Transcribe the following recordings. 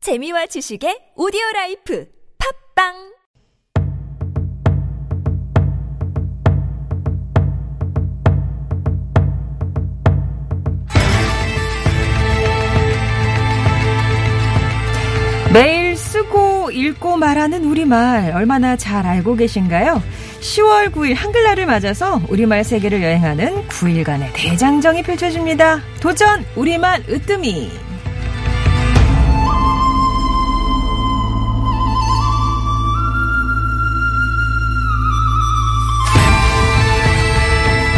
재미와 지식의 오디오 라이프 팝빵 매일 쓰고 읽고 말하는 우리말 얼마나 잘 알고 계신가요? 10월 9일 한글날을 맞아서 우리말 세계를 여행하는 9일간의 대장정이 펼쳐집니다. 도전 우리말 으뜸이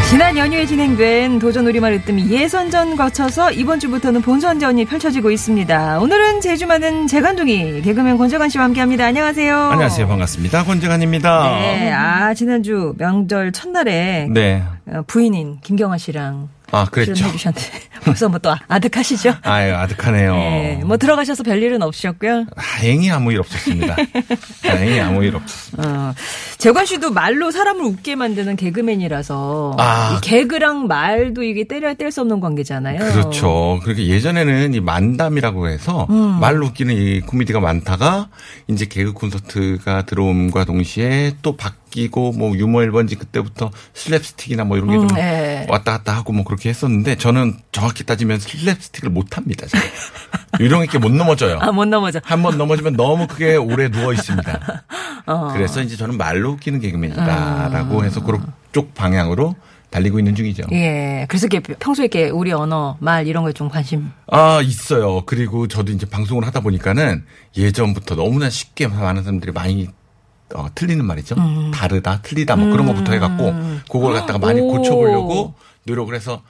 지난 연휴에 진행된 도전 우리말 으뜸이 예선전 거쳐서 이번 주부터는 본선전이 펼쳐지고 있습니다. 오늘은 제주 많은 재간둥이 개그맨 권재관 씨와 함께합니다. 안녕하세요. 안녕하세요. 반갑습니다. 권재관입니다. 네, 아 지난주 명절 첫날에 네. 어, 부인인 김경화 씨랑 아, 그랬죠. 출연해주셨는데 벌써 뭐 또 아득하시죠? 아유, 아득하네요. 네, 뭐 들어가셔서 별일은 없으셨고요. 다행히 아무 일 없었습니다. 다행히 아무 일 없었습니다. 어, 재관 씨도 말로 사람을 웃게 만드는 개그맨이라서 아. 이 개그랑 말도 이게 때려야 뗄 수 없는 관계잖아요. 그렇죠. 그렇게 예전에는 이 만담이라고 해서 음. 말로 웃기는 이 코미디가 많다가 이제 개그 콘서트가 들어옴과 동시에 또 바뀌고 뭐 유머 1번지 그때부터 슬랩스틱이나 뭐 이런 게 좀 음, 예. 왔다 갔다 하고 뭐 그렇게 했었는데 저는 정확히 따지면 슬랩스틱을 못 합니다. 제가. 유령 있게 못 넘어져요. 아, 못 넘어져. 한 번 넘어지면 너무 크게 오래 누워 있습니다. 어. 음. 그래서 이제 저는 말로 웃기는 개그맨이다라고 해서 그쪽 방향으로 달리고 있는 중이죠. 예. 그래서 이렇게 평소에 이렇게 우리 언어, 말 이런 거에 좀 관심. 아 있어요. 그리고 저도 이제 방송을 하다 보니까는 예전부터 너무나 쉽게 많은 사람들이 많이 어, 틀리는 말이죠. 다르다, 틀리다 뭐 그런 것부터 해갖고 그걸 갖다가 많이 음. 오. 고쳐보려고 노력을 해서.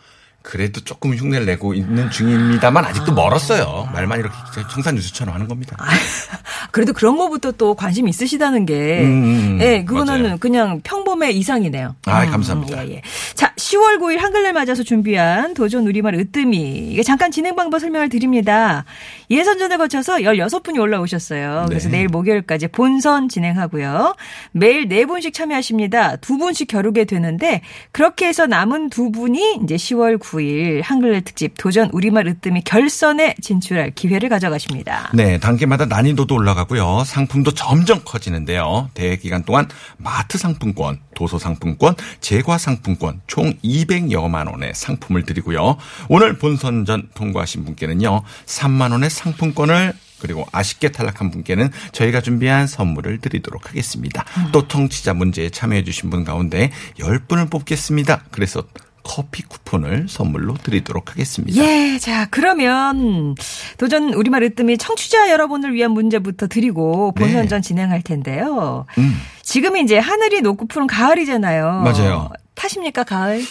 그래도 조금 흉내를 내고 있는 중입니다만 아직도 멀었어요. 말만 이렇게 청산 유수처럼 하는 겁니다. 그래도 그런 거부터 또 관심 있으시다는 게. 음, 음, 예, 그거는 맞아요. 그냥 평범의 이상이네요. 아, 감사합니다. 예, 예. 자, 10월 9일 한글날 맞아서 준비한 도전 우리말 으뜸이. 이게 잠깐 진행 방법 설명을 드립니다. 예선전을 거쳐서 16분이 올라오셨어요. 그래서 네. 내일 목요일까지 본선 진행하고요. 매일 네분씩 참여하십니다. 두분씩 겨루게 되는데 그렇게 해서 남은 두 분이 이제 10월 9일 한글날 특집 도전 우리말 으뜸이 결선에 진출할 기회를 가져가십니다. 네, 단계마다 난이도도 올라가고요. 상품도 점점 커지는데요. 대회 기간 동안 마트 상품권, 도서 상품권, 제과 상품권 총 200여만 원의 상품을 드리고요. 오늘 본선전 통과하신 분께는요. 3만 원의 상품권을 그리고 아쉽게 탈락한 분께는 저희가 준비한 선물을 드리도록 하겠습니다. 또 청취자 문제에 참여해 주신 분 가운데 10분을 뽑겠습니다. 그래서 커피 쿠폰을 선물로 드리도록 하겠습니다. 예, 자, 그러면 도전 우리말 으뜸이 청취자 여러분을 위한 문제부터 드리고 네. 본선전 진행할 텐데요. 음. 지금 이제 하늘이 높고 푸른 가을이잖아요. 맞아요. 타십니까, 가을?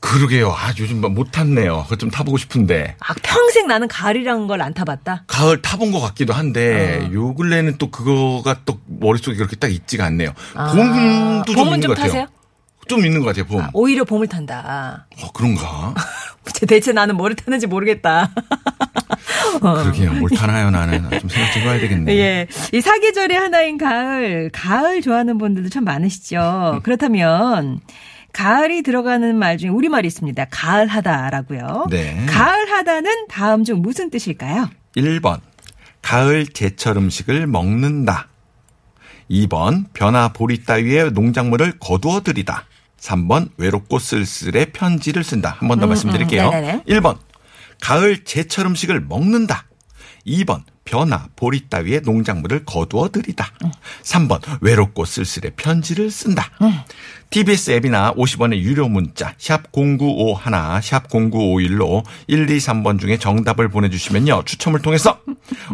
그러게요. 아, 요즘 못 탔네요. 그거 좀 타보고 싶은데. 아, 평생 나는 가을이란 걸 안 타봤다. 가을 타본 것 같기도 한데, 어. 요 근래는 또 그거가 또 머릿속에 그렇게 딱 있지가 않네요. 봄도 아. 좀 봄은 있는 좀 것 같아요. 타세요? 좀 있는 것 같아요, 봄. 아, 오히려 봄을 탄다. 어, 그런가? 대체 나는 뭐를 타는지 모르겠다. 어, 그러게요. 뭘 타나요, 나는. 아, 좀 생각 좀 해봐야 되겠네. 예. 이 사계절의 하나인 가을, 가을 좋아하는 분들도 참 많으시죠. 음. 그렇다면, 가을이 들어가는 말 중에 우리말이 있습니다. 가을하다라고요. 네. 가을하다는 다음 중 무슨 뜻일까요? 1번. 가을 제철 음식을 먹는다. 2번. 변화 보리 따위의 농작물을 거두어들이다. 3번. 외롭고 쓸쓸해 편지를 쓴다. 한 번 더 말씀드릴게요. 음, 네네네. 1번. 가을 제철 음식을 먹는다. 2번. 변화 보리 따위의 농작물을 거두어들이다. 3번. 외롭고 쓸쓸해 편지를 쓴다. TBS 앱이나 50원의 유료 문자 샵 0951, 샵 0951로 1, 2, 3번 중에 정답을 보내주시면요. 추첨을 통해서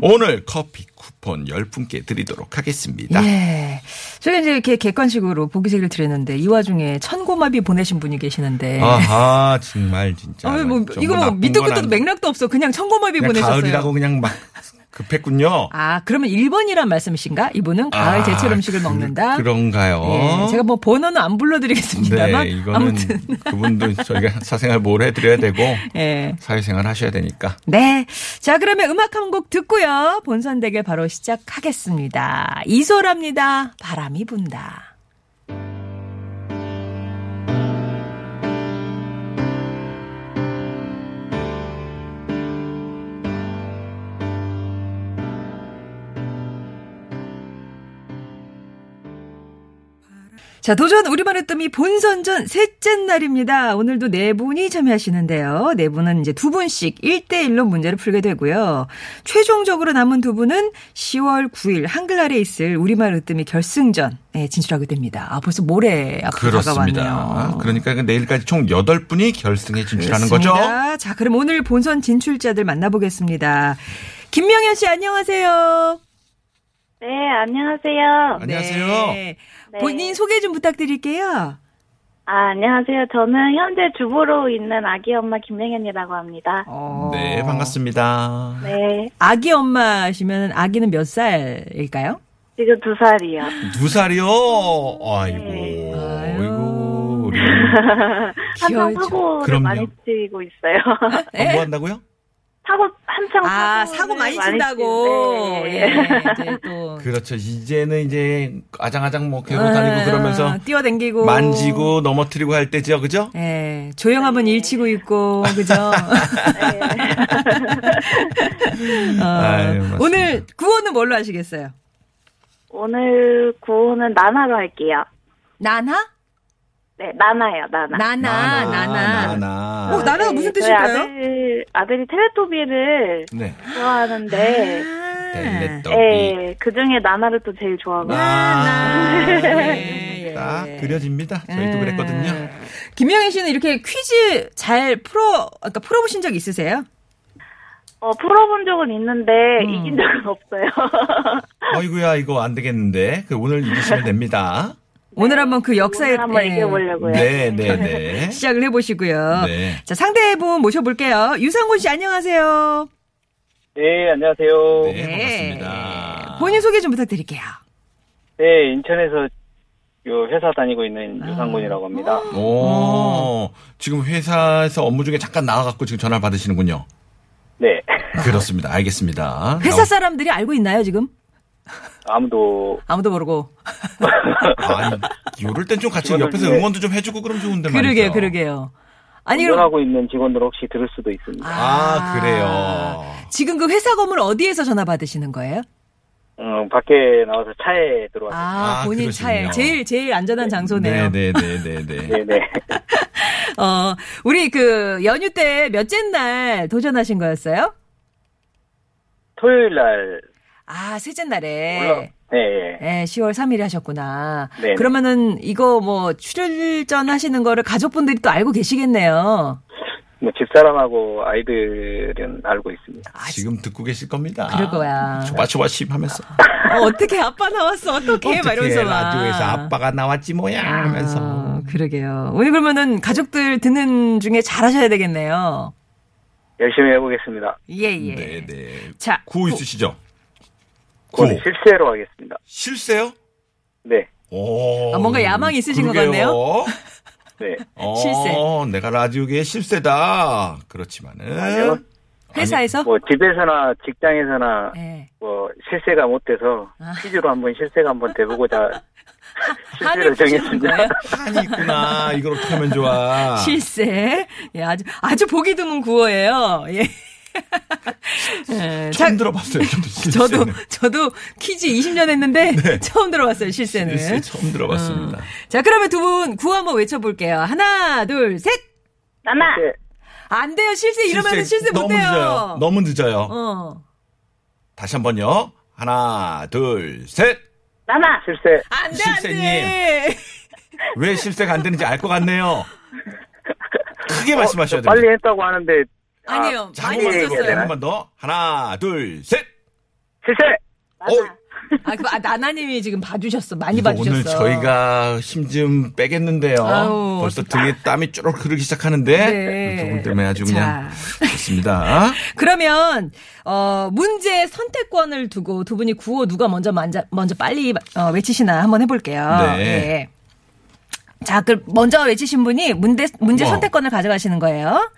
오늘 커피 쿠폰 10분께 드리도록 하겠습니다. 예. 저희가 이제 이렇게 객관식으로 보기색을 드렸는데, 이 와중에 천고마비 보내신 분이 계시는데, 아하 정말 진짜. 어, 뭐, 정말 이거 뭐 나쁜 밑도 건 끝도 아니- 맥락도 없어. 그냥 천고마비 그냥 보내셨어요. 가을이라고 그냥 막 급했군요. 아, 그러면 1번이란 말씀이신가? 이분은 가을 아, 제철 음식을 그- 먹는다. 그런가요? 예, 제가 뭐 번호는 안 불러드리겠습니다만 네, 이거는 아무튼 그분도 저희가 사생활 뭘 해드려야 되고 예. 사회생활 하셔야 되니까. 네. 자, 그러면 음악 한 곡 듣고요. 본선 대결 바로 시작하겠습니다. 이소라입니다. 바람이 분다. 자, 도전 우리말 으뜸이 본선전 셋째 날입니다. 오늘도 네 분이 참여하시는데요. 네 분은 이제 두 분씩 1대1로 문제를 풀게 되고요. 최종적으로 남은 두 분은 10월 9일 한글날에 있을 우리말 으뜸이 결승전 에 진출하게 됩니다. 아, 벌써 모레 앞으로 그렇습니다. 다가왔네요. 그러니까 내일까지 총 8분이 결승에 진출하는 거죠. 그렇습니다. 자, 그럼 오늘 본선 진출자들 만나보겠습니다. 김명현 씨 안녕하세요. 네, 안녕하세요. 안녕하세요. 네. 네. 본인 소개 좀 부탁드릴게요. 아, 안녕하세요. 저는 현재 주부로 있는 아기 엄마 김명현이라고 합니다. 어. 네, 반갑습니다. 네, 아기 엄마시면 아기는 몇 살일까요? 지금 두 살이요. 두 살이요? 아이고. 아유. 아이고. 우리 한창 귀여워요. 사고를 그럼요. 많이 치고 있어요. 아, 네. 뭐 한다고요? 사고 한창 아, 사고를 사고 많이 많이 네. 친다고. 치는데, 예. 이제 또. 그렇죠. 이제는 이제 아장아장 뭐 개고 다니고 그러면서 뛰어댕기고 만지고 넘어뜨리고 할 때죠. 그죠? 예. 조용하면 일치고 있고 그죠? 어, 아유, 맞습니다. 오늘 구호는 뭘로 하시겠어요? 오늘 구호는 나나로 할게요. 나나? 네, 나나요, 나나. 네, 나나, 나나. 나나. 어, 나나가 무슨 저희 뜻일까요? 아들, 아들이 테레토비를 네. 좋아하는데, 아. 텔레토비. 예, 그 중에 나나를 또 제일 좋아하고. 나- 나나. 예, 예, 네. 딱 예. 그려집니다. 저희도 예. 그랬거든요. 김영애 씨는 이렇게 퀴즈 잘 풀어, 아까 풀어보신 적 있으세요? 네. 어, 풀어본 적은 있는데, 음. 이긴 적은 없어요. 어이구야, 이거 안 되겠는데. 그 오늘 이기시면 됩니다. 오늘 한번 그 역사에 오늘 한번 예, 이겨보려고요. 네, 네, 네. 시작을 해보시고요. 네. 자, 상대분 모셔볼게요. 유상곤 씨, 안녕하세요. 네, 안녕하세요. 네, 반갑습니다. 네. 본인 소개 좀 부탁드릴게요. 네, 인천에서 요 회사 다니고 있는 유상군이라고 합니다. 어. 어. 오, 지금 회사에서 업무 중에 잠깐 나와갖고 지금 전화를 받으시는군요. 네, 그렇습니다. 알겠습니다. 아. 회사 사람들이 알고 있나요, 지금? 아무도 아무도 모르고. 아, 이럴 땐 좀 같이 이거는 옆에서 이제- 응원도 좀 해주고 그럼 좋은데 말이죠. 그러게요, 그러게요. 아니, 그럼. 운전하고 있는 직원들 혹시 들을 수도 있습니다. 아, 그래요. 지금 그 회사 건물 어디에서 전화 받으시는 거예요? 음, 밖에 나와서 차에 들어왔어요. 아, 아, 본인 그러시군요. 차에. 제일, 제일 안전한 장소네요. 네네네네네. 네, 네. 어, 우리 그 연휴 때 몇째 날 도전하신 거였어요? 토요일 날 아, 셋째 올라. 날에. 네, 예. 예, 10월 3일에 하셨구나. 네. 그러면은 이거 뭐 출전 하시는 거를 가족분들이 또 알고 계시겠네요. 뭐 집사람하고 아이들은 알고 있습니다. 지금 듣고 계실 겁니다. 그럴 거야. 초바초바 심 하면서. 어, 어떻게 아빠 나왔어? 어떻게? 막 어떡해, 이러면서 막. 라디오에서 아빠가 나왔지 뭐야 하면서. 아, 그러게요. 오늘 그러면은 가족들 듣는 중에 잘하셔야 되겠네요. 열심히 해보겠습니다. 예, 예. 네네. 자, 구호 있으시죠? 구호. 오늘 실세로 하겠습니다. 실세요? 네, 오. 아, 뭔가 야망이 있으신 것 그러게요. 네. 어, 실세. 내가 라디오계의 실세다. 그렇지만은. 아니요. 회사에서? 뭐 집에서나 직장에서나 예. 뭐 실세가 못 돼서 아. 퀴즈로 한번 실세가 한번 돼보고자 실세를 한을 푸시는 정했습니다. 거예요? 한이 있구나. 이걸 어떻게 하면 좋아. 실세. 예, 아주, 아주 보기 드문 구호예요. 예. 예, 처음 자, 들어봤어요. 저도 실세. 네. 저도, 저도 퀴즈 20년 했는데 처음 들어봤어요, 실세는. 실세 처음 들어봤습니다. 음. 자, 그러면 두 분 구호 한번 외쳐볼게요. 하나, 둘, 셋! 나나! 네. 안 돼요, 실세 이러면 실세 못 너무 늦어요. 돼요. 너무 늦어요. 어. 다시 한번요. 하나, 둘, 셋. 나나! 실세 어, 안 돼, 안 돼! 실세님. 왜 실세가 안 되는지 알 것 같네요. 크게 말씀하셔야 됩니다. 어, 빨리 했다고 하는데 아, 아니요, 많이 자국을 늦었어요. 내고 되나? 한번 더. 하나, 둘, 셋. 실세 어, 아, 그, 아, 나나님이 지금 봐주셨어. 많이 이거 봐주셨어. 오늘 저희가 힘 좀 빼겠는데요. 아우, 벌써 등에 땀이 쪼록 흐르기 시작하는데 네. 두 분 때문에 아주 그냥 좋습니다. 그러면, 어, 문제 선택권을 두고 두 분이 구호 누가 먼저, 먼저, 먼저 빨리 어, 외치시나 한번 해볼게요. 네. 예. 자, 그, 먼저 외치신 분이 문제, 문제 어. 선택권을 가져가시는 거예요.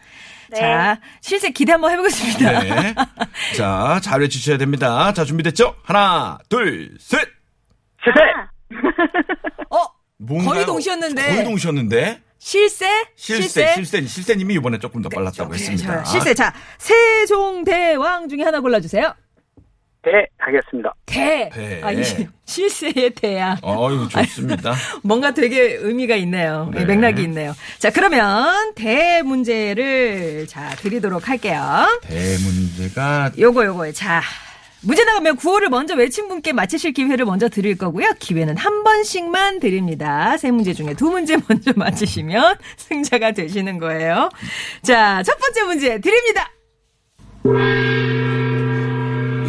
네. 자, 실제 기대 한번 해보겠습니다. 네. 자, 잘 외치셔야 됩니다. 자, 준비됐죠? 하나, 둘, 셋. 실세 어, 뭔가요? 거의 동시였는데. 거의 동시였는데. 실세? 네, 실세, 실세, 실세, 님이 이번에 조금 더 빨랐다고 했습니다. 실세. 자, 세종대왕 중에 하나 골라주세요. 대 네, 하겠습니다. 대. 대. 아, 이게 실세의 대야. 어유 좋습니다. 뭔가 되게 의미가 있네요. 예, 네. 맥락이 있네요. 자, 그러면 대 문제를 자, 드리도록 할게요. 대 문제가 요거 요거 자 문제 나가면 구호를 먼저 외친 분께 맞히실 기회를 먼저 드릴 거고요. 기회는 한 번씩만 드립니다. 세 문제 중에 두 문제 먼저 맞히시면 승자가 되시는 거예요. 자, 첫 번째 문제 드립니다.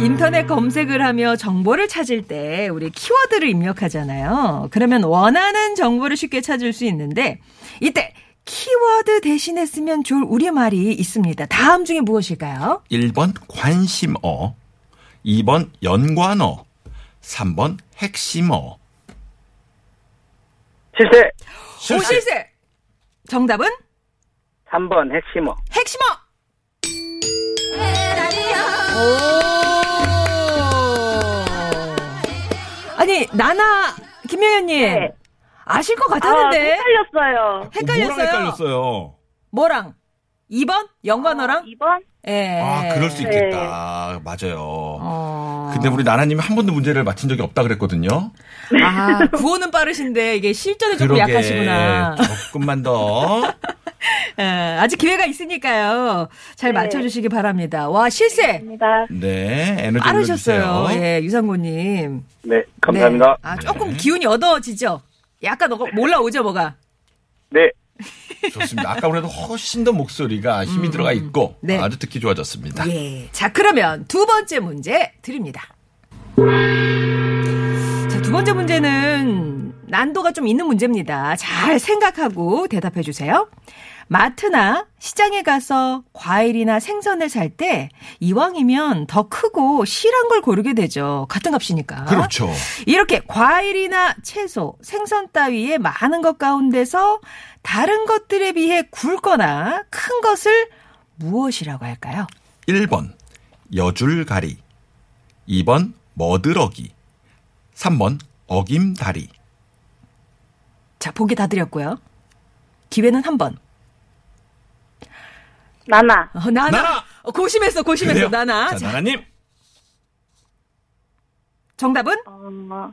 인터넷 검색을 하며 정보를 찾을 때 우리 키워드를 입력하잖아요. 그러면 원하는 정보를 쉽게 찾을 수 있는데 이때 키워드 대신에 쓰면 좋을 우리말이 있습니다. 다음 중에 무엇일까요? 1번 관심어, 2번 연관어, 3번 핵심어. 실세 오실세. 정답은 3번 핵심어. 핵심어. 오. 아니 나나 김명현님 네. 아실 것 아, 같았는데 헷갈렸어요. 헷갈렸어요. 뭐랑 헷갈렸어요? 뭐랑 2번 영관어랑 2번? 예. 아, 그럴 수 네. 있겠다. 그- 맞아요. 어. 근데 우리 나나님이 한 번도 문제를 맞힌 적이 없다 그랬거든요. 아 구호는 빠르신데 이게 실전에 조금 약하시구나. 조금만 더. 예, 아직 기회가 있으니까요. 잘 네. 맞춰주시기 바랍니다. 와 실세 입니다. 네, 에너지 빠르셨어요. 올려주세요. 예, 유상고님. 네, 감사합니다. 네. 아, 조금 기운이 얻어지죠? 약간 어, 올라오죠, 뭐가? 네, 예. 좋습니다. 아까 보다도 훨씬 더 목소리가 힘이 들어가 있고 네. 아주 듣기 좋아졌습니다. 예. 자, 그러면 두 번째 문제 드립니다. 자, 두 번째 문제는 난도가 좀 있는 문제입니다. 잘 생각하고 대답해 주세요. 마트나 시장에 가서 과일이나 생선을 살 때 이왕이면 더 크고 실한 걸 고르게 되죠. 같은 값이니까. 그렇죠. 이렇게 과일이나 채소, 생선 따위의 많은 것 가운데서 다른 것들에 비해 굵거나 큰 것을 무엇이라고 할까요? 1번 여줄가리, 2번 머드러기, 3번 어김다리. 자, 보기 다 드렸고요. 기회는 한 번. 나나. 어, 나나. 나나! 어, 고심했어, 고심했어, 그래요? 나나. 자, 자, 나나님. 정답은 어,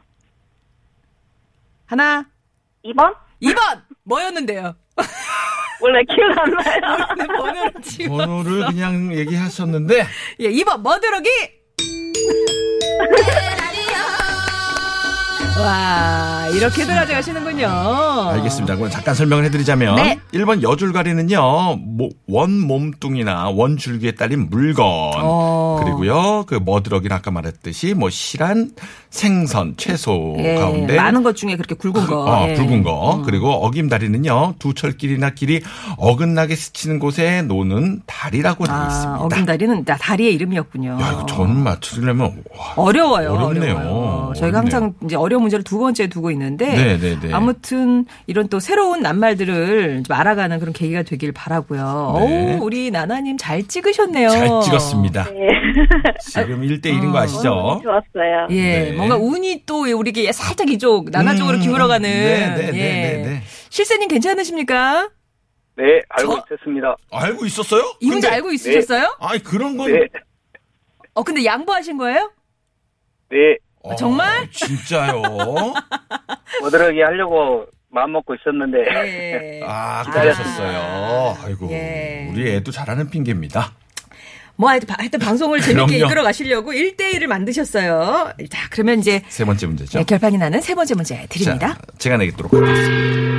하나, 2번? 2번! 뭐였는데요? 원래 기억 안 나요. 네, 번호를 지워. 번호를 그냥 얘기하셨는데 예, 2번, 머드러기! 와, 이렇게들 가져가시는군요. 알겠습니다. 그럼 잠깐 설명을 해드리자면 네. 1번 여줄가리는요 모- 원 몸뚱이나 원 줄기에 딸린 물건 어. 그리고요 그 머드러기는 아까 말했듯이 뭐 실한 생선 채소 예, 그 가운데 많은 것 중에 그렇게 굵은 거. 어, 예. 붉은 거. 그리고 어김다리는요, 두 철길이나 길이 어긋나게 스치는 곳에 노는 다리라고 되어 아, 있습니다. 어금다리는 나- 다리의 이름이었군요. 야, 이거 저는 맞추려면, 와. 어려워요. 어렵네요. 어려워요. 저희가 어렵네요. 항상 이제 어려운 문제를 두 번째 두고 있는데 네, 네, 네. 아무튼 이런 또 새로운 낱말들을 좀 알아가는 그런 계기가 되길 바라고요. 네. 오, 우리 나나님 잘 찍으셨네요. 잘 찍었습니다. 지금 1대1인 거 아시죠? 좋았어요. 예, 네. 뭔가 운이 또 우리에게 살짝 이쪽 나나 쪽으로 음, 기울어가는 네, 네, 네, 예. 네, 네. 실세님 괜찮으십니까? 네, 알고 저- 있었습니다. 알고 있었어요? 이 문제 근데- 네. 알고 있으셨어요? 아니, 그런 건. 네, 어 근데 양보하신 거예요? 네, 어, 정말? 진짜요? 어드러기 하려고 마음 먹고 있었는데 예. 아, 그러셨어요. 아. 아이고. 예. 우리 애도 잘하는 핑계입니다. 뭐 하여튼, 바- 하여튼 방송을 재밌게 그럼요. 이끌어 가시려고 1대1을 만드셨어요. 자, 그러면 이제 세 번째 문제죠. 네, 결판이 나는 세 번째 문제 드립니다. 자, 제가 내겠도록 하겠습니다.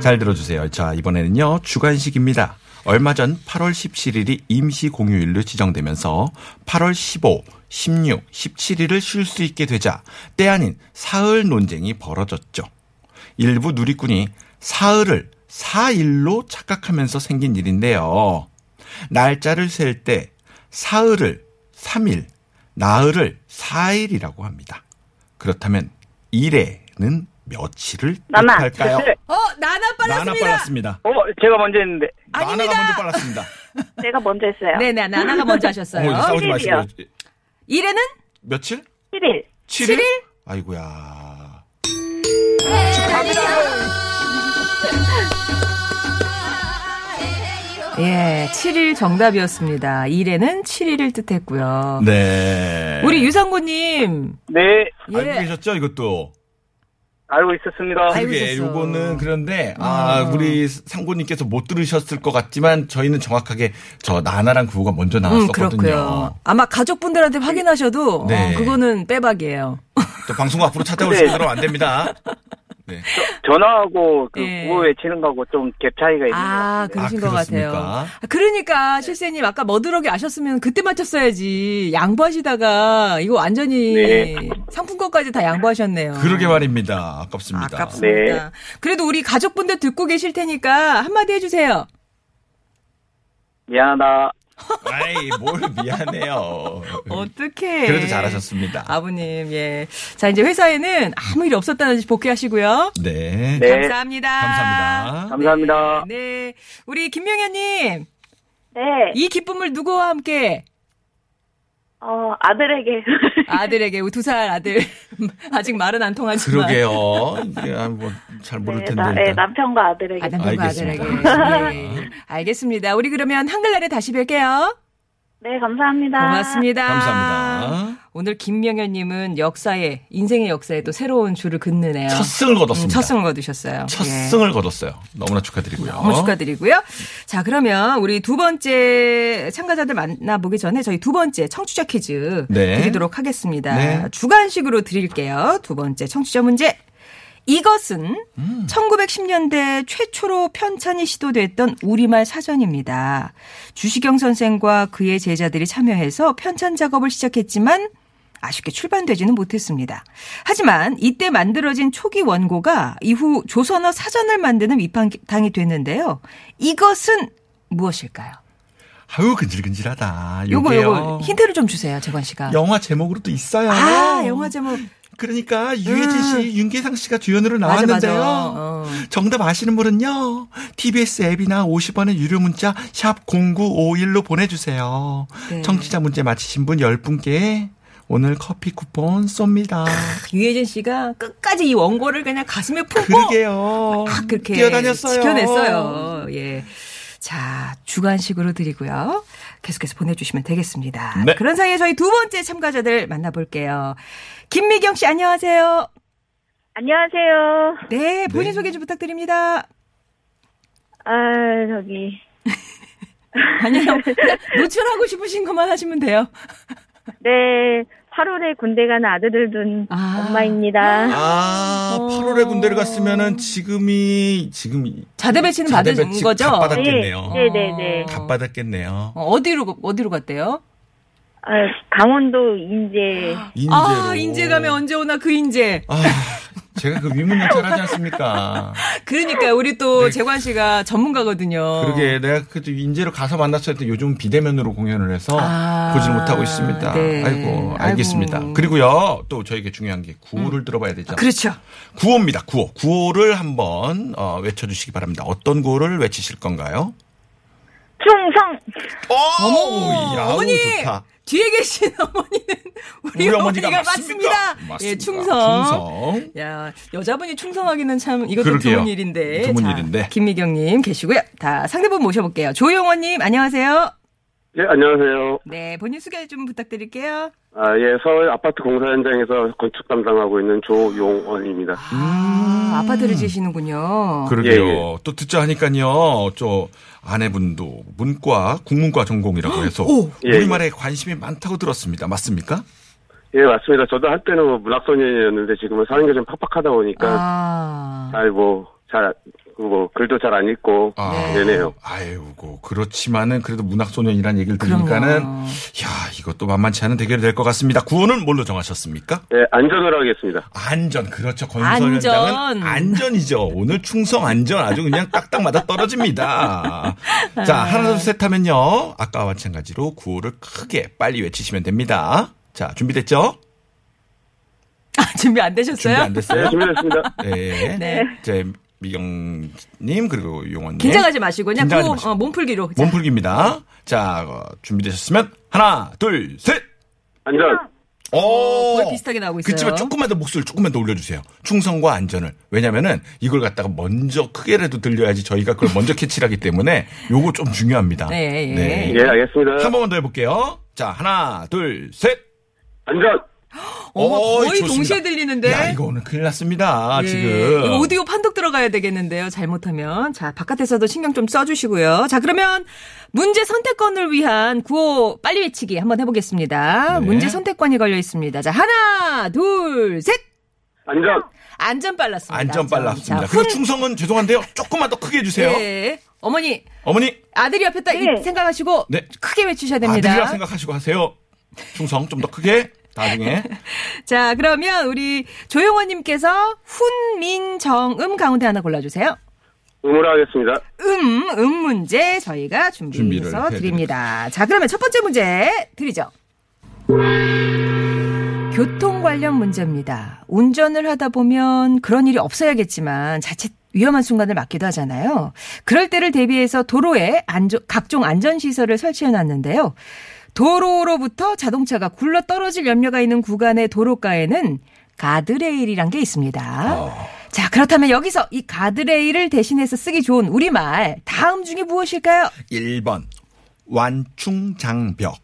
잘 들어주세요. 자, 이번에는요, 주간식입니다. 얼마 전 8월 17일이 임시 공휴일로 지정되면서 8월 15, 16, 17일을 쉴 수 있게 되자 때 아닌 사흘 논쟁이 벌어졌죠. 일부 누리꾼이 사흘을 사일로 착각하면서 생긴 일인데요. 날짜를 셀 때 사흘을 3일, 나흘을 4일이라고 합니다. 그렇다면 일에는 며칠을 나나, 뜻할까요? 실세. 어, 나나 나나 빨랐습니다. 빨랐습니다. 어, 제가 먼저 했는데 나나가 먼저 빨랐습니다. 제가 먼저 했어요. 네, 네, 나나가 먼저 어, 이제 하셨어요. 싸우지 마시고. 일에는 며칠? 7일. 7일? 아이고야. 축하합니다. 예, 7일 정답이었습니다. 1에는 7일을 뜻했고요. 네. 어. 우리 유상구님. 예. 음, 네, 알고 계셨죠? 이것도. 알고 있었습니다. 알고 그게 계셨어. 요거는 그런데 아 음. 우리 상고님께서 못 들으셨을 것 같지만 저희는 정확하게 저 나나랑 구호가 먼저 음, 나왔었거든요. 그렇고요. 아마 가족분들한테 확인하셔도 네. 어, 그거는 빼박이에요. 저 방송 앞으로 찾아오시면 그러면 안 됩니다. 네. 전화하고 그 예. 구호 외치는 거하고 좀 갭 차이가 있는 아, 것 같은데. 그러신 아, 것 같아요. 그렇습니까? 아, 그러니까 실세님 아까 머드럭이 아셨으면 그때 맞췄어야지. 양보하시다가 이거 완전히 네. 상품권까지 다 양보하셨네요. 그러게 말입니다. 아깝습니다. 네. 아깝습니다. 그래도 우리 가족분들 듣고 계실 테니까 한마디 해주세요. 미안하다. 아이 뭘 미안해요. 어떻게? 네. 그래도 잘하셨습니다. 아버님, 예. 자, 이제 회사에는 아무 일 없었다는지 복귀하시고요. 네. 네. 감사합니다. 감사합니다. 감사합니다. 네. 우리 김명현님, 네. 이 기쁨을 누구와 함께 어, 아들에게. 아들에게, 우리 두 살 아들. 아직 말은 안 통하지만. 그러게요. 이게 아, 뭐잘 모를 네, 텐데. 나, 네, 일단. 남편과 아들에게. 아, 남편과 아들에게. 알겠습니다. 예. 알겠습니다. 우리 그러면 한글날에 다시 뵐게요. 네, 감사합니다. 고맙습니다. 감사합니다. 오늘 김명현님은 역사에, 인생의 역사에 또 새로운 줄을 긋느네요. 음, 첫 승을 거뒀습니다. 첫 승을 거두셨어요. 첫 예. 승을 어? 거뒀어요. 너무나 축하드리고요. 너무 축하드리고요. 자, 그러면 우리 두 번째 참가자들 만나보기 전에 저희 두 번째 청취자 퀴즈 네. 드리도록 하겠습니다. 네. 주간식으로 드릴게요. 두 번째 청취자 문제. 이것은 음. 1910년대 최초로 편찬이 시도됐던 우리말 사전입니다. 주시경 선생과 그의 제자들이 참여해서 편찬 작업을 시작했지만 아쉽게 출판되지는 못했습니다. 하지만 이때 만들어진 초기 원고가 이후 조선어 사전을 만드는 밑바탕이 됐는데요. 이것은 무엇일까요? 아유 근질근질하다. 요거 요게요. 요거 힌트를 좀 주세요, 재관 씨가. 영화 제목으로도 있어요. 아, 영화 제목. 그러니까 유해진 씨, 윤계상 씨가 주연으로 음. 맞아, 나왔는데요. 맞아. 어. 정답 아시는 분은요. TBS 앱이나 50원의 유료 문자 샵 0951로 보내주세요. 네. 청취자 문제 맞히신 분 10분께 오늘 커피 쿠폰 쏩니다. 유해진 씨가 끝까지 이 원고를 그냥 가슴에 품고 그러게요. 막 어? 아, 그렇게 뛰어다녔어요. 지켜냈어요. 예. 자, 주간식으로 드리고요. 계속해서 보내주시면 되겠습니다. 네. 그런 사이에 저희 두 번째 참가자들 만나볼게요. 김미경 씨, 안녕하세요. 안녕하세요. 네, 본인 네. 소개 좀 부탁드립니다. 아, 저기. 아니요. 그냥 노출하고 싶으신 것만 하시면 돼요. 네, 8월에 군대 가는 아들을 둔 아. 엄마입니다. 아, 8월에 군대를 갔으면은 지금이 지금 자대 배치는 자대 받은 배치 거죠? 갓 받았겠네요. 네, 네, 네. 어. 갓 받았겠네요. 어, 어디로, 어디로 갔대요? 아, 강원도 인제 인재로. 아, 인재 가면 언제 오나 그 인재. 아, 제가 그 위문연찰하지 않습니까? 그러니까 우리 또 네. 재관 씨가 전문가거든요. 그러게 내가 그 인재로 가서 만났을 때 요즘 비대면으로 공연을 해서 아, 보질 못하고 있습니다. 네. 아이고 알겠습니다. 아이고. 그리고요 또 저에게 중요한 게 구호를 들어봐야 되죠. 그렇죠. 구호입니다. 구호 구호를 한번 어, 외쳐주시기 바랍니다. 어떤 구호를 외치실 건가요? 충성 어머, 야우, 어머니 좋다. 뒤에 계신 어머니는 우리, 어머니가, 맞습니다. 예, 충성. 충성. 야 여자분이 충성하기는 참 이것도 그러게요. 드문 일인데. 드문 자, 일인데. 김미경님 계시고요. 다 상대분 모셔볼게요. 조용원님 안녕하세요. 예, 안녕하세요. 네 본인 소개 좀 부탁드릴게요. 아, 예, 서울 아파트 공사 현장에서 건축 담당하고 있는 조용원입니다. 아, 아파트를 지시는군요. 음. 그러게요. 예, 예. 또 듣자 하니까요. 저 아내분도 문과 국문과 전공이라고 해서 예, 예. 우리말에 관심이 많다고 들었습니다. 맞습니까? 예, 맞습니다. 저도 한때는 뭐 문학소년이었는데 지금은 사는 게 좀 팍팍하다 보니까 아. 잘 뭐, 잘, 그뭐 글도 잘 안 읽고 아, 그러네요. 아이고 그렇지만은 그래도 문학 소년이란 얘기를 들으니까는 그럼요. 야 이것도 만만치 않은 대결이 될 것 같습니다. 구호는 뭘로 정하셨습니까? 예, 안전으로 하겠습니다. 안전 그렇죠 건설 안전. 현장은 안전이죠 오늘 충성 안전 아주 그냥 딱딱 맞아 떨어집니다 자 하나 둘 셋 하면요 아까와 마찬가지로 구호를 크게 빨리 외치시면 됩니다 자 준비됐죠 아, 준비 안 되셨어요? 준비 안 됐어요 네, 준비됐습니다. 네. 네. 제 미경님 그리고 용원님 긴장하지 마시고 그냥 긴장하지 그, 마시고. 어, 몸풀기로. 자, 몸풀기입니다 자 어, 준비되셨으면 하나 둘 셋 안전! 어, 거의 비슷하게 나오고 있어요. 그치만 조금만 더 목소리를 조금만 더 올려주세요. 충성과 안전을. 왜냐면은 이걸 갖다가 먼저 크게라도 들려야지 저희가 그걸 먼저 캐치를 하기 때문에 요거 좀 중요합니다. 네, 예. 예, 알겠습니다. 한 번만 더 해볼게요. 자, 하나, 둘, 셋. 안전. 어머, 어이, 거의 좋습니다. 동시에 들리는데. 야, 이거 오늘 큰일 났습니다, 예. 아, 지금. 이거 오디오 판독 들어가야 되겠는데요. 잘못하면. 자, 바깥에서도 신경 좀 써주시고요. 자, 그러면 문제 선택권을 위한 구호 빨리 외치기 한번 해보겠습니다. 네. 문제 선택권이 걸려 있습니다. 자, 하나, 둘, 셋. 안전. 안전 빨랐습니다. 안전 빨랐습니다. 자, 그리고 훈- 충성은 죄송한데요. 조금만 더 크게 해주세요. 예. 어머니, 어머니, 아들이 옆에 딱 네. 생각하시고 네. 크게 외치셔야 됩니다. 아들이라 생각하시고 하세요. 충성 좀 더 크게. 나중에. 자, 그러면 우리 조용원님께서 훈민정음 가운데 하나 골라주세요. 응모를 하겠습니다. 음, 음 문제 저희가 준비를 준비해서 해드리겠습니다. 드립니다. 자, 그러면 첫 번째 문제 드리죠. 교통 관련 문제입니다. 운전을 하다 보면 그런 일이 없어야겠지만 자칫 위험한 순간을 맞기도 하잖아요. 그럴 때를 대비해서 도로에 안전- 각종 안전시설을 설치해 놨는데요. 도로로부터 자동차가 굴러 떨어질 염려가 있는 구간의 도로가에는 가드레일이란 게 있습니다. 아. 자, 그렇다면 여기서 이 가드레일을 대신해서 쓰기 좋은 우리말 다음 중에 무엇일까요? 1번 완충장벽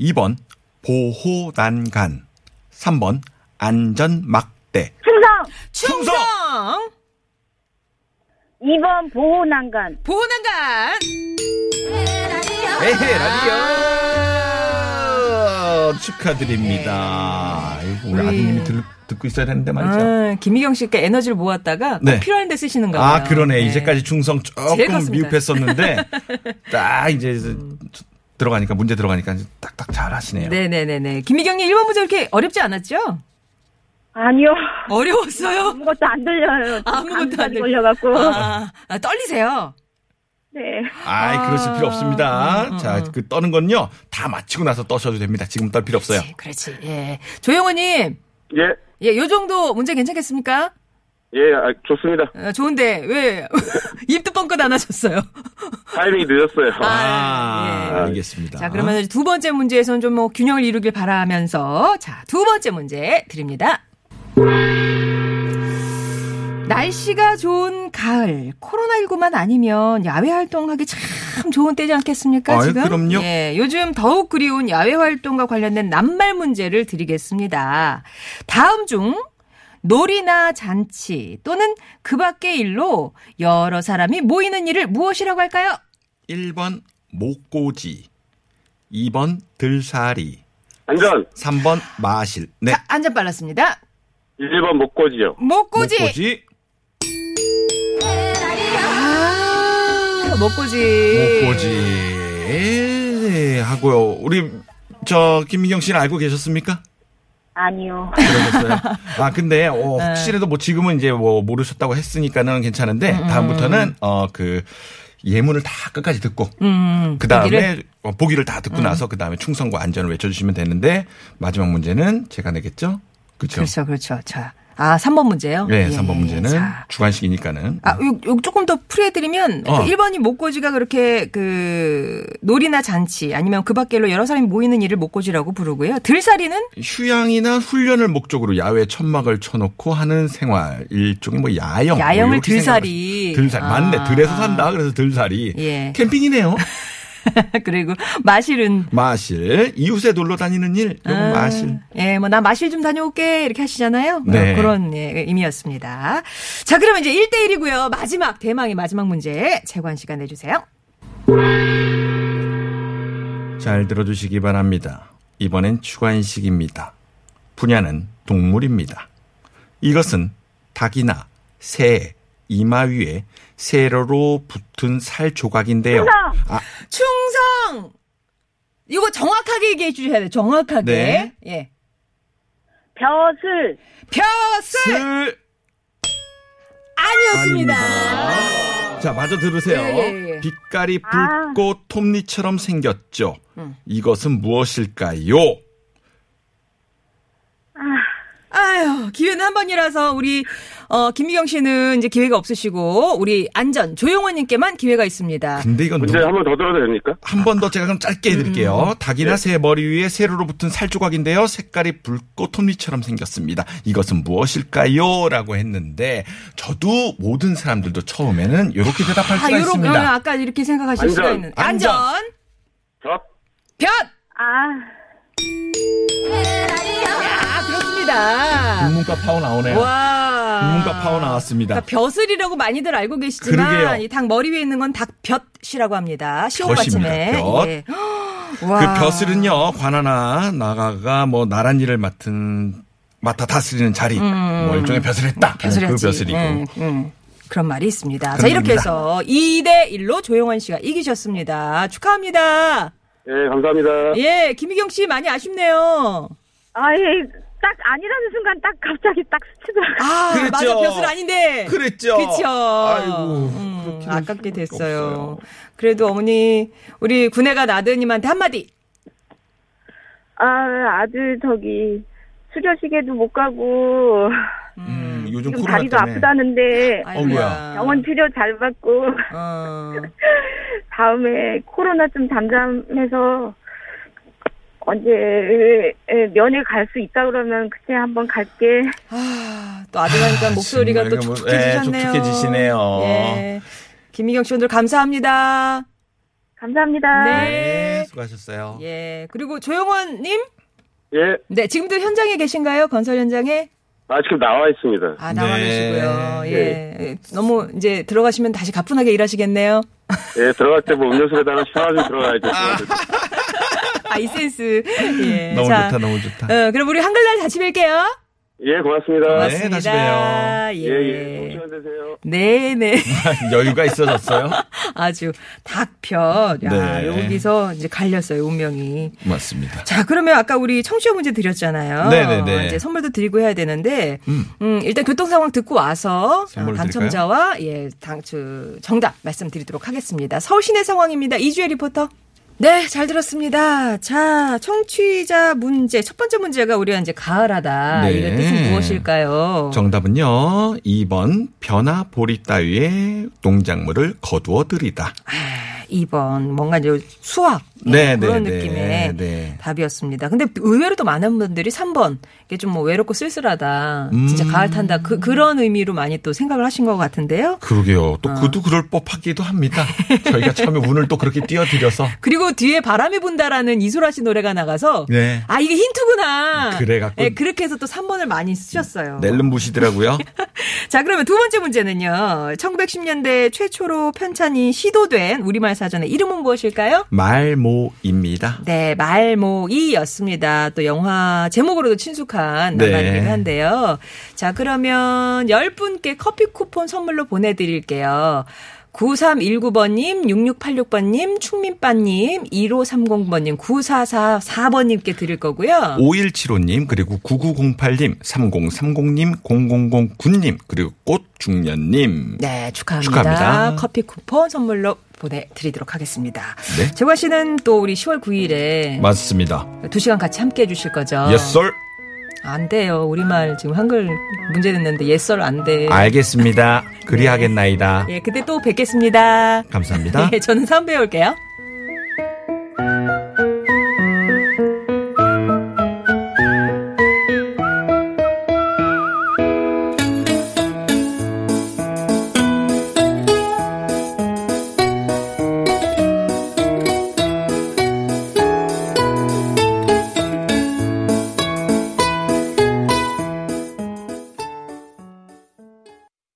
2번 보호난간 3번 안전막대 충성! 충성! 2번 보호난간. 보호난간! 에헤 라디오 축하드립니다 아, 아이고, 우리 우리- 아드님이 들, 듣고 있어야 되는데 말이죠 아, 김희경 씨께 에너지를 모았다가 네. 꼭 필요한 데 쓰시는가 봐요. 아 그러네 네. 이제까지 충성 제일 조금 컸습니다. 미흡했었는데 딱 이제 들어가니까 문제 들어가니까 이제 딱딱 음. 잘하시네요 네네네네. 김희경님 1번 문제 그렇게 어렵지 않았죠? 아니요. 어려웠어요? 아무것도 안 들려요. 아무것도 안 감기까지 들려. 걸려갖고. 아, 아, 떨리세요? 네. 아이, 그러실 필요 없습니다. 음, 음, 자, 그 떠는 건요, 다 마치고 나서 떠셔도 됩니다. 지금 떨 필요 없어요. 네, 그렇지. 예. 조영호님, 예, 예, 요 정도 문제 괜찮겠습니까? 예, 아, 좋습니다. 어, 좋은데, 왜, 입도 뻥끗 안 하셨어요? 타이밍이 늦었어요. 아, 아, 예. 알겠습니다. 자, 그러면 이제 두 번째 문제에서는 좀 뭐 균형을 이루길 바라면서 자, 두 번째 문제 드립니다. 날씨가 좋은 가을, 코로나19만 아니면 야외 활동하기 참 좋은 때지 않겠습니까, 아유, 지금? 그럼요. 예, 요즘 더욱 그리운 야외 활동과 관련된 낱말 문제를 드리겠습니다. 다음 중 놀이나 잔치 또는 그 밖의 일로 여러 사람이 모이는 일을 무엇이라고 할까요? 1번, 목고지. 2번, 들사리. 안전. 3번, 마실. 네. 자, 한점 빨랐습니다. 1번 목고지요. 목고지. 목고지. 아, 목고지. 목고지. 예, 하고요. 우리, 저, 김민경 씨는 알고 계셨습니까? 아니요. 그러셨어요. 아, 근데, 어, 네. 혹시라도 뭐 지금은 이제 뭐 모르셨다고 했으니까는 괜찮은데, 다음부터는, 어, 그, 예문을 다 끝까지 듣고, 음, 그 다음에 보기를? 보기를 다 듣고 나서 그 다음에 충성과 안전을 외쳐주시면 되는데 마지막 문제는 제가 내겠죠? 그렇죠? 그렇죠, 그렇죠. 자, 아, 3번 문제요? 네, 예, 3번 문제는 자. 주관식이니까는 아, 요, 요 조금 더 풀이해드리면 어. 1번이 목고지가 그렇게 그 놀이나 잔치 아니면 그 밖으로 여러 사람이 모이는 일을 목고지라고 부르고요. 들사리는 휴양이나 훈련을 목적으로 야외 천막을 쳐놓고 하는 생활 일종의 뭐 야영 야영을 뭐 이렇게 들살이. 생각하시- 들살 맞네 아. 들에서 산다 그래서 들살이 예. 캠핑이네요 그리고 마실은 마실 이웃에 놀러 다니는 일 요건 아, 마실 예, 뭐, 나 마실 좀 다녀올게. 이렇게 하시잖아요. 뭐 네. 그런 예, 의미였습니다. 자, 그러면 이제 1대1이고요. 마지막, 대망의 마지막 문제. 재관 시간 내주세요. 잘 들어주시기 바랍니다. 이번엔 주관식입니다. 분야는 동물입니다. 이것은 닭이나 새, 이마 위에 세로로 붙은 살 조각인데요. 아, 충성! 이거 정확하게 얘기해 주셔야 돼요. 정확하게. 네. 예. 벼슬. 벼슬! 슬! 아니었습니다. 아닙니다. 자, 마저 들으세요. 예, 예, 예. 빛깔이 아. 붉고 톱니처럼 생겼죠. 음. 이것은 무엇일까요? 아, 아유, 기회는 한 번이라서 우리 어 김미경 씨는 이제 기회가 없으시고 우리 안전 조용원 님께만 기회가 있습니다. 근데 이건 문제 한 번 더 들어도 됩니까? 한 번 더 제가 그럼 음, 짧게 네. 해드릴게요. 닭이나 새 머리 위에 세로로 붙은 살 조각인데요. 색깔이 불꽃 톱니처럼 생겼습니다. 이것은 무엇일까요? 라고 했는데 저도 모든 사람들도 처음에는 이렇게 대답할 아, 수가 요런 있습니다. 요런 아까 이렇게 생각하실 수가 안전, 있는 안전. 안전 저 변. 아, 아, 그렇습니다. 국문과 파워 나오네요. 와. 국문과 파워 나왔습니다. 그러니까 벼슬이라고 많이들 알고 계시지만 그러게요. 이 닭 머리 위에 있는 건 닭볕이라고 합니다. 시옷 벼십니다, 받침에. 벼. 예. 그 와. 벼슬은요 관하나 나가가 뭐 나란 일을 맡은 맡아 다스리는 자리 뭐 일종의 벼슬 했다 그 음, 벼슬이었지. 벼슬이고 예, 예. 그런 말이 있습니다. 자 그런 이렇게 겁니다. 해서 2대 1로 조영원 씨가 이기셨습니다. 축하합니다. 예, 감사합니다. 예, 김희경 씨 많이 아쉽네요. 아예 딱 아니라는 순간 딱 갑자기 딱 스치더라고요. 아, 그랬죠. 맞아 벼슬 아닌데. 그랬죠 그쵸. 아이고 음, 그렇게 할 아깝게 수밖에 됐어요. 없어요. 그래도 어머니 우리 군애가 나드님한테 한마디. 아 아들 저기 수료식에도 못 가고 음, 요즘 좀 코로나 다리도 때문에 아프다는데 어구야. 병원 치료 잘 받고 어. 다음에 코로나 좀 잠잠해서 언제 면회 갈 수 있다 그러면 그때 한번 갈게. 아, 또 아들하니까 목소리가 또 정말 이거 뭐- 촉촉해지셨네요. 예, 촉촉해지시네요. 예. 김희경 씨 오늘 감사합니다. 감사합니다. 네. 네 수고하셨어요 예. 그리고 조영원님, 예, 네 지금도 현장에 계신가요? 건설 현장에? 아 지금 나와 있습니다. 아 나와 네. 계시고요. 예. 너무 이제 들어가시면 다시 가뿐하게 일하시겠네요. 예, 들어갈 때 뭐 음료수에다 하나 사가지고 들어가야죠. 아이 센스. 예. 너무 자, 좋다 너무 좋다 어, 그럼 우리 한글날 다시 뵐게요. 예, 고맙습니다. 네, 다시 봬요. 예. 예, 예, 좋은 시간 되세요. 네, 네. 여유가 있어졌어요 아주 닭편. 야, 네. 여기서 이제 갈렸어요, 운명이. 맞습니다 자, 그러면 아까 우리 청취자 문제 드렸잖아요. 어, 네네네. 이제 선물도 드리고 해야 되는데, 음. 음, 일단 교통 상황 듣고 와서 선물 어, 당첨자와 예, 당, 그, 정답 말씀드리도록 하겠습니다. 서울 시내 상황입니다. 이주혜 리포터. 네, 잘 들었습니다. 자, 청취자 문제. 첫 번째 문제가 우리가 이제 가을하다. 네. 이런 뜻은 무엇일까요? 정답은요 2번 변화 보리 따위의 농작물을 거두어 들이다 아, 2번. 뭔가 이제 수학. 예, 그런 느낌의 네. 답이었습니다. 근데 의외로 또 많은 분들이 3번 이게 좀 뭐 외롭고 쓸쓸하다. 진짜 음. 가을 탄다. 그 그런 의미로 많이 또 생각을 하신 것 같은데요. 그러게요. 또 그도 그럴 법하기도 합니다. 저희가 처음에 운을 또 그렇게 띄워드려서. 그리고 뒤에 바람이 분다라는 이소라 씨 노래가 나가서 네. 아 이게 힌트구나. 그래갖고. 예, 그렇게 해서 또 3번을 많이 쓰셨어요. 낼름 무시더라고요. 자, 그러면 두 번째 문제는요. 1910년대 최초로 편찬이 시도된 우리말 사전의 이름은 무엇일까요? 말모입니다. 네, 말모이였습니다. 또 영화 제목으로도 친숙한 네. 남한이긴 한데요. 자, 그러면 10분께 커피 쿠폰 선물로 보내드릴게요. 9319번님, 6686번님, 충민빠님, 2530번님, 9444번님께 드릴 거고요. 5175님, 그리고 9908님, 3030님, 0009님, 그리고 꽃중년님. 네, 축하합니다. 축하합니다. 커피 쿠폰 선물로 보내드리도록 하겠습니다. 네. 재관 씨는 또 우리 10월 9일에 맞습니다. 두 시간 같이 함께 해주실 거죠? yes, sir. 안 돼요. 우리말 지금 한글 문제 냈는데 예썰 안 돼. 아. 알겠습니다. 그리하겠나이다. 예, 그때 또 뵙겠습니다. 감사합니다. 예, 저는 3배 올게요.